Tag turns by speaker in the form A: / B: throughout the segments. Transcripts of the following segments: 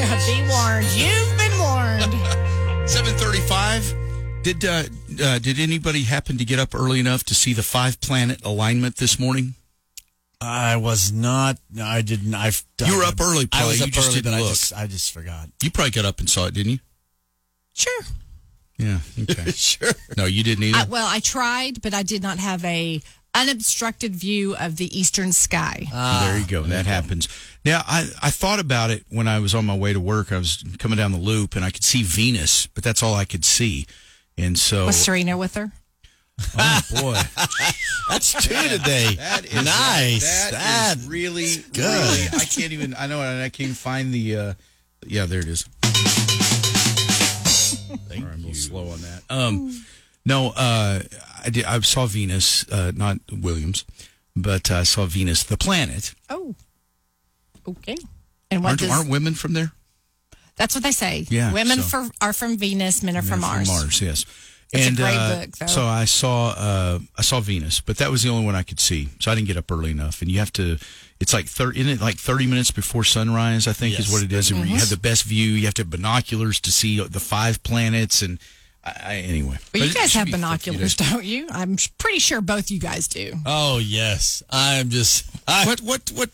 A: Be warned. You've been warned.
B: Seven thirty-five. Did uh, uh, did anybody happen to get up early enough to see the five planet alignment this morning?
C: I was not. no, I didn't. I
B: You were up early,
C: I
B: Polly.
C: was
B: You
C: up
B: just
C: early,
B: didn't
C: but I
B: look.
C: just I just forgot.
B: You probably got up and saw it, didn't you?
A: Sure.
B: Yeah. Okay.
C: Sure.
B: No, you didn't either.
A: I, well, I tried, but I did not have a unobstructed view of the eastern sky.
B: there you go. That happens. Now, I, I thought about it when I was on my way to work. I was coming down the loop and I could see Venus, but that's all I could see. And so,
A: Was Serena with her?
B: oh boy,
C: That's two today. nice.
B: That
C: That.
B: is really
C: good.
B: really- I can't even. I know, and I can't find the. Uh, yeah, there it is. Sorry, I'm a little slow on that. Um, no, uh, I did. I saw Venus, uh, not Williams, but I saw Venus, the planet.
A: Oh. Okay. And what
B: Aren't,
A: does,
B: aren't women from there?
A: that's what they say.
B: Yeah,
A: Women
B: so-
A: for, are from Venus, men are from
B: They're
A: Mars.
B: Mars, yes.
A: It's a
B: and
A: great
B: uh,
A: book, though.
B: so I saw uh, I saw Venus, but that was the only one I could see. So I didn't get up early enough. And you have to, it's like thirty, isn't it like thirty minutes before sunrise? I think is
C: Yes.
B: what it is. And You have the best view. You have to have binoculars to see the five planets. And I, I, anyway,
A: Well, you
B: it
A: guys
B: should
A: have
B: be
A: binoculars,
B: therapeutic.
A: don't you? I'm sh- pretty sure both you guys do.
C: Oh yes. I'm just. I,
B: What what what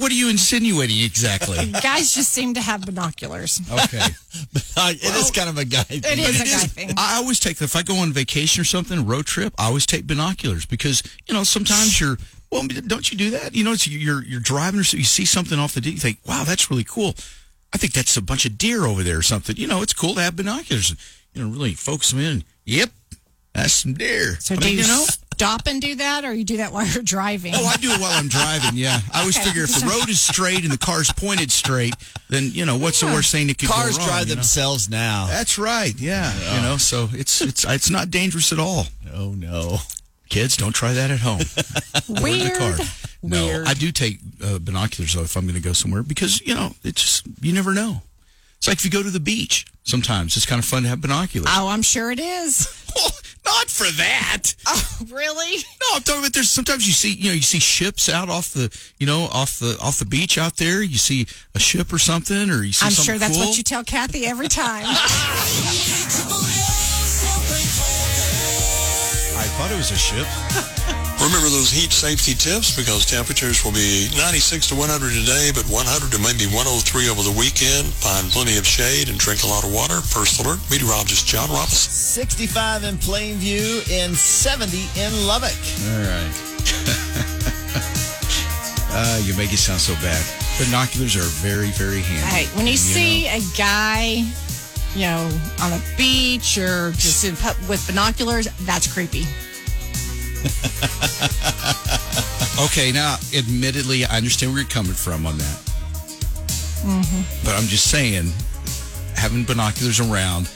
B: what are you insinuating exactly?
A: guys just seem to have binoculars.
B: okay.
C: I, it is kind of a guy. thing.
A: It is a
B: Oh. It
A: guy
B: is.
A: thing.
B: I always take the- if I go on vacation or something, road trip. I always take binoculars because you know sometimes you're well, don't you do that? You know, it's you're you're driving or so you see something off the deep, you think, wow, that's really cool. I think that's a bunch of deer over there or something. You know, it's cool to have binoculars. You know, really focus them in. Yep, that's some deer.
A: So
B: I
A: do
B: mean,
A: you,
B: you know?
A: stop and do that, or you do that while you're driving?
B: Oh, I do it while I'm driving. Yeah, I always figure if the road is straight and the car's pointed straight, then you know what's the worst thing that could
C: Cars
B: go wrong,
C: drive
B: you know?
C: themselves now.
B: That's right. Yeah. You know, so it's it's it's not dangerous at all.
C: Oh no.
B: Kids, don't try that at home. Or in the
A: Weird.
B: car. No,
A: Weird.
B: I do take uh, binoculars though if I'm going to go somewhere because you know it's just you never know. It's like if you go to the beach. Sometimes it's kind of fun to have binoculars.
A: Oh, I'm sure it is.
B: not for that.
A: Oh, really?
B: No, I'm talking about there's sometimes you see you know you see ships out off the you know off the off the beach out there. You see a ship or something, or you see
A: I'm
B: something
A: sure that's
B: cool.
A: what you tell Kathy every time.
B: I thought it was a ship.
D: Remember those heat safety tips because temperatures will be 96 to 100 today, but 100 to maybe 103 over the weekend. Find plenty of shade and drink a lot of water. First alert, meteorologist John Robinson.
C: 65 in Plainview and 70 in Lubbock.
B: All right. uh, you make it sound so bad. Binoculars are very, very handy.
A: Hey, when you see a guy, you know, on a beach or just in pub- with binoculars, that's creepy.
B: Okay, now, admittedly, I understand where you're coming from on that.
A: Mm-hmm.
B: But I'm just saying, having binoculars around,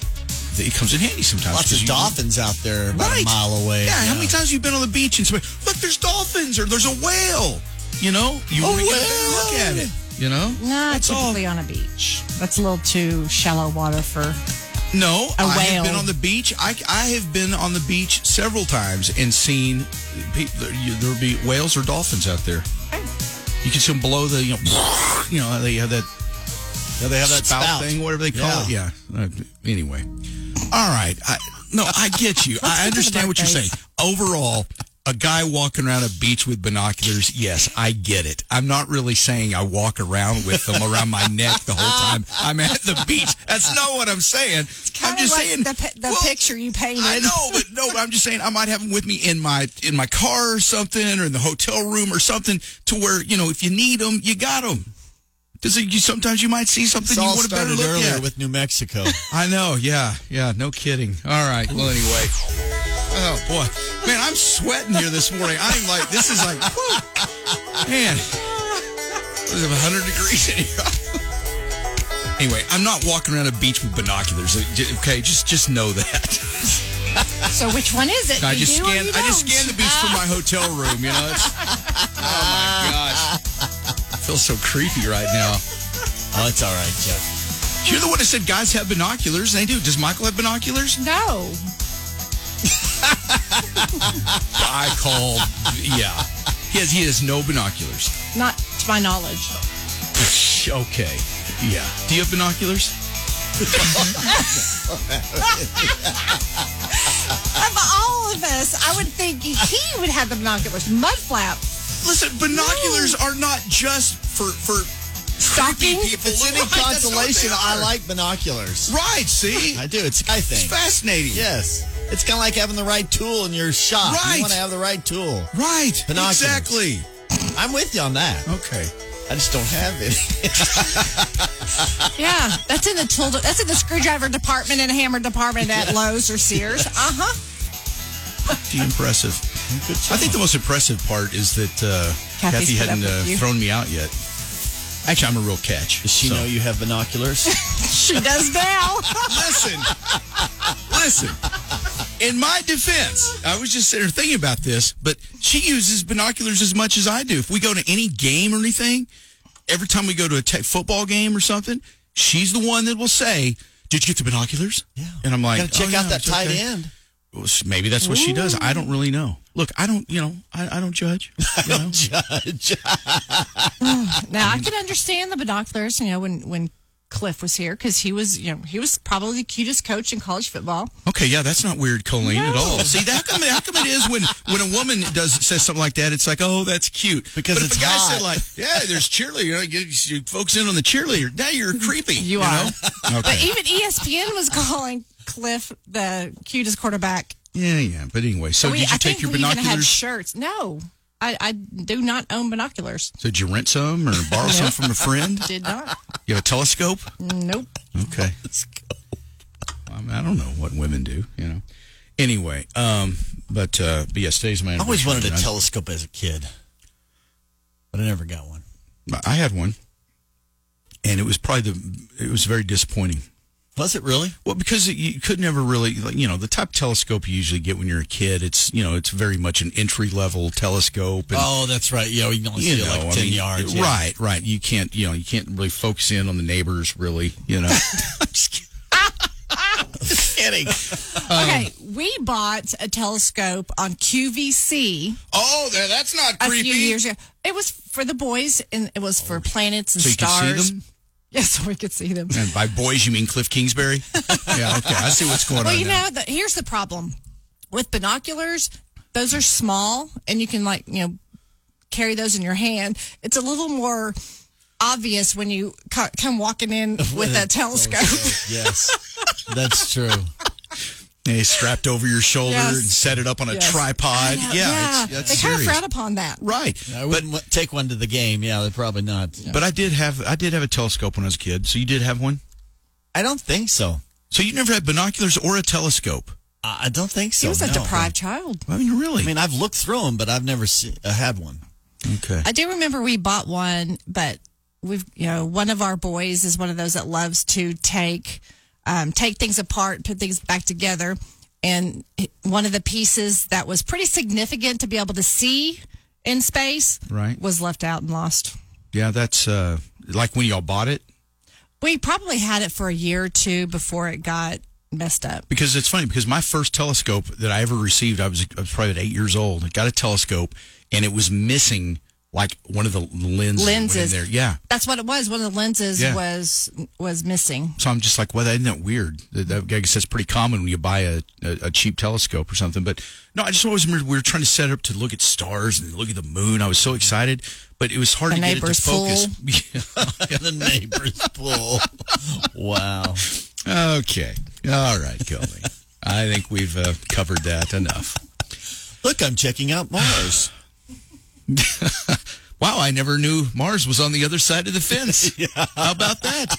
B: it comes in handy sometimes.
C: Lots
B: 'cause
C: of
B: you-
C: dolphins out there about
B: Right.
C: a mile away.
B: Yeah, how many times have you been on the beach and somebody, look, there's dolphins or there's a whale? You know, you
C: A
B: want to get out and look
C: whale.
B: at it. You know?
A: Not
B: That's all.
A: typically on a beach. That's a little too shallow water for.
B: No,
A: A
B: I have
A: whale.
B: been on the beach. I, I have been on the beach several times and seen pe- you- there'll be whales or dolphins out there. You can see them below the you know, you know they have that
C: Yeah, they have that spout,
B: thing, whatever they call
C: Yeah.
B: it. Yeah. Uh, anyway, all right. I,
A: Uh,
B: no, I get you. I understand what you're saying. Overall, a guy walking around a beach with binoculars, yes, I get it. I'm not really saying I walk around with them around my neck the whole time I'm at the beach. That's not what I'm saying. I'm
A: Kinda
B: just
A: like
B: saying
A: the, pi- the
B: well,
A: picture you painted.
B: I know, but no, but I'm just saying I might have them with me in my in my car or something, or in the hotel room or something, to where you know if you need them, you got them. Does it, you sometimes you might see something
C: This
B: you
C: all
B: want a better
C: started
B: look
C: earlier
B: at?
C: with New Mexico. Oh,
B: I know, yeah, yeah, no kidding. All right, well anyway. Oh boy, man, I'm sweating here this morning. I'm like, this is like, whew. man, this is 100 degrees in here. Anyway, I'm not walking around a beach with binoculars. Okay, just just know that.
A: So which one is it?
B: I
A: You
B: just
A: do or
B: scanned.
A: you
B: I just
A: don't?
B: scanned the beach from my hotel room. You know. It's, oh my gosh. I feel so creepy right now.
C: oh, it's all right, Jeff.
B: You're the one that said guys have binoculars. They do. Does Michael have binoculars?
A: Uh, No.
B: I called. Yeah. He has. He has no binoculars.
A: Not to my knowledge.
E: Okay.
B: Yeah. Do you have binoculars?
A: Of all of us, I would think he would have the binoculars. Mudflap.
B: Listen, binoculars are not just for for
A: Stalking?
B: creepy people.
C: If it's any
B: Right, that's what
C: consolation,
B: they
C: I
B: are.
C: like binoculars.
B: Right. See,
C: I do. It's a guy
B: it's
C: thing.
B: fascinating.
C: Yes. It's kind of like having the right tool in your shop.
B: Right.
C: You want to have the right tool.
B: Right.
C: Binoculars.
B: Exactly.
C: I'm with you on that.
B: Okay.
C: I just don't have it.
A: Yeah, that's in the tool. That's in the screwdriver department and hammer department at Lowe's or Sears. Uh huh.
B: Pretty impressive. I think the most impressive part is that uh, Kathy
A: Kathy's put up
B: hadn't
A: with you.
B: uh, thrown me out yet. Actually, I'm a real catch.
C: Does she
B: so-
C: know you have binoculars?
A: She does now.
B: Listen, listen. In my defense, I was just sitting there thinking about this, but she uses binoculars as much as I do. If we go to any game or anything, every time we go to a tech football game or something, she's the one that will say, "Did you get the binoculars?" Yeah, and I'm like,
C: Gotta check
B: "Oh, yeah,
C: out that
B: it's
C: tight
B: okay."
C: end.
B: Well, s- Maybe that's what she does. I don't really know. Look, I don't, you know, I, I don't judge. You know?
A: Now I can understand the binoculars. You know, when when Cliff was here, because he was you know he was probably the cutest coach in college football.
B: Okay, yeah, that's not weird, Colleen, at
A: No.
B: all. See, that, how, come, how come it is when, when a woman does says something like that, it's like, oh, that's cute.
C: Because
B: but
C: it's
B: if a guy
C: hot.
B: said like, yeah, there's cheerleader, you, know, you, you focus in on the cheerleader. Now you're creepy.
A: You are.
B: know?
A: But
B: Okay.
A: even E ESPN was calling Cliff the cutest quarterback.
B: Yeah, yeah. But anyway, so
A: we,
B: did you
A: I
B: take
A: think
B: your
A: we even had
B: binoculars?
A: shirts. No, I, I do not own binoculars.
B: so did you rent some or borrow some from a friend?
A: Did not.
B: You have a telescope?
A: nope.
B: Okay. I, mean, I don't know what women do, you know. Anyway, um, but, uh, but yeah, today's my
C: I always wanted a
B: anniversary,
C: telescope as a kid, but I never got one.
B: and I I had one. And it was probably the, it was very disappointing.
C: Was it really?
B: Well, because it- you could never really, like, you know, the type of telescope you usually get when you're a kid, it's, you know, it's very much an entry level telescope. And,
C: Oh, that's right. Yeah, we can only
B: you
C: see
B: know,
C: it like
B: I
C: 10
B: mean,
C: yards. yeah.
B: Right, right. You can't, you know, you can't really focus in on the neighbors, really, you know.
C: Kidding.
B: Um,
A: okay, we bought a telescope on QVC
B: oh, there, that's not
A: a few years ago. It was for the boys, and it was for planets and
B: Oh. So you could
A: stars.
B: see them?
A: Yes, so we could see them.
B: And by boys, you mean Cliff Kingsbury? yeah, okay. I see what's going
A: Well,
B: on.
A: you
B: now.
A: know, the, here's the problem with binoculars. Those are small, and you can like you know carry those in your hand. It's a little more obvious when you co- come walking in with
B: Oh,
A: a telescope.
C: yes, that's true.
B: They strapped over your shoulder
A: Yes.
B: and set it up on a
A: Yes.
B: tripod. Yeah,
A: yeah.
B: It's, that's
A: they kind of
B: serious.
A: frown upon that.
B: right.
C: I wouldn't wa- take one to the game. Yeah, they're probably not.
B: But I did have I did have a telescope when I was a kid. So you did have one?
C: I don't think so.
B: So you never had binoculars or a telescope?
C: I I don't think so.
A: He was a
C: no.
A: deprived child.
B: I mean, really?
C: I mean, I've looked through them, but I've never se- uh, had one.
B: okay.
A: I do remember we bought one, but we've you know one of our boys is one of those that loves to take um, take things apart, put things back together, and it- one of the pieces that was pretty significant to be able to see in space
B: Right.
A: was left out and lost.
B: yeah, that's uh, like when y'all bought it.
A: We probably had it for a year or two before it got messed up.
B: Because it's funny because my first telescope that I ever received, I was, I was probably at eight years old. I got a telescope and it was missing like one of the lenses. that went in
A: Lenses.
B: there. Yeah.
A: That's what it was. One of the lenses
B: Yeah.
A: was was missing.
B: So I'm just like, well, isn't that weird? That, that, I guess that's pretty common when you buy a, a, a cheap telescope or something. But no, I just always remember we were trying to set it up to look at stars and look at the moon. I was so excited, but it was hard
A: The
B: to get it to
A: neighbor's
B: focus.
C: the neighbor's pool. Wow.
B: okay. All right, Coley. I think we've uh, covered that enough.
C: Look, I'm checking out Mars.
B: Wow, I never knew Mars was on the other side of the fence. How about that?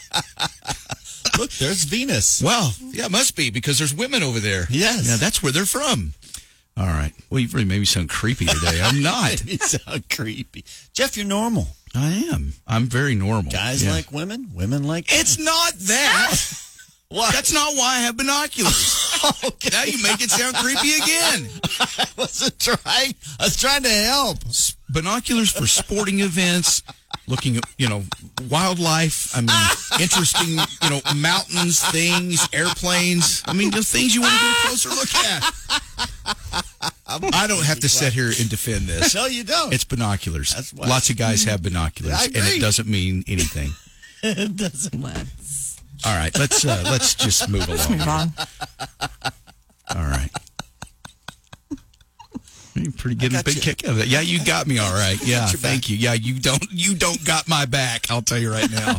C: Look, there's Venus.
B: Well, yeah, it must be because there's women over there.
C: Yes.
B: Yeah, that's where they're from. All right. Well, you really made me sound creepy today. I'm not.
C: It's so creepy. Jeff, you're normal.
B: I am. I'm very normal.
C: Guys
B: Yeah.
C: like women, women like
B: It's not that.
C: What?
B: That's not why I have binoculars.
C: okay.
B: now you make it sound creepy again.
C: I wasn't trying. I was trying to help.
B: Binoculars for sporting events, looking at, you know, wildlife. I mean, interesting, you know, mountains, things, airplanes. I mean, just things you want to get a closer look at. I don't have to sit here and defend this.
C: No, you don't.
B: It's binoculars.
C: That's why-
B: Lots of guys have binoculars,
C: I
B: and it
C: agree.
B: doesn't mean anything.
C: it doesn't.
A: Let's
B: All right, let's uh, let's just move along.
A: move on.
B: All right. You pretty getting a
C: got
B: big
C: you.
B: kick out of that. Yeah, you got me all right. Yeah,
C: your back.
B: thank you. Yeah, you don't you don't got my back. I'll tell you right now.